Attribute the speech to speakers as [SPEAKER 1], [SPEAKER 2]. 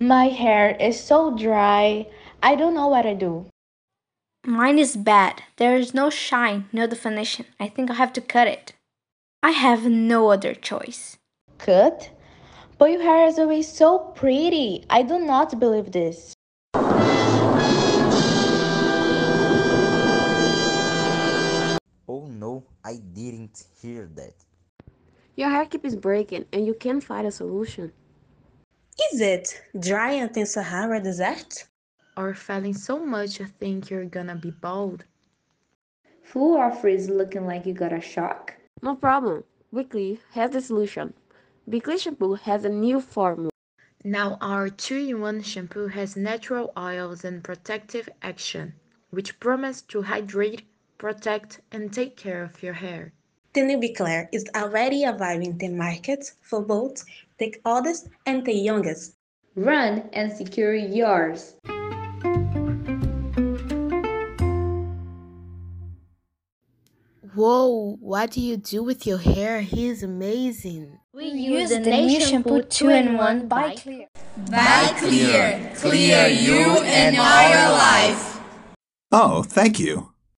[SPEAKER 1] My hair is so dry. I don't know what I do.
[SPEAKER 2] Mine is bad. There is no shine, no definition. I think I have to cut it. I have no other choice.
[SPEAKER 1] Cut? But your hair is always so pretty. I do not believe this.
[SPEAKER 3] Oh no, I didn't hear that.
[SPEAKER 4] Your hair keeps breaking and you can't find a solution.
[SPEAKER 5] Is it dry and in Sahara Desert?
[SPEAKER 6] Or falling so much you think you're gonna be bald?
[SPEAKER 7] Full of frizz looking like you got a shock.
[SPEAKER 4] No problem. Weekly has the solution. Weekly shampoo has a new formula.
[SPEAKER 6] Now our 2-in-1 shampoo has natural oils and protective action, which promise to hydrate, protect, and take care of your hair.
[SPEAKER 5] The new Biclair is already arriving the market for both the oldest and the youngest.
[SPEAKER 7] Run and secure yours.
[SPEAKER 8] Whoa, what do you do with your hair? He is amazing.
[SPEAKER 9] We use the new shampoo 2 in 1 by Clear.
[SPEAKER 10] By Clear. Clear you and our life.
[SPEAKER 11] Oh, thank you.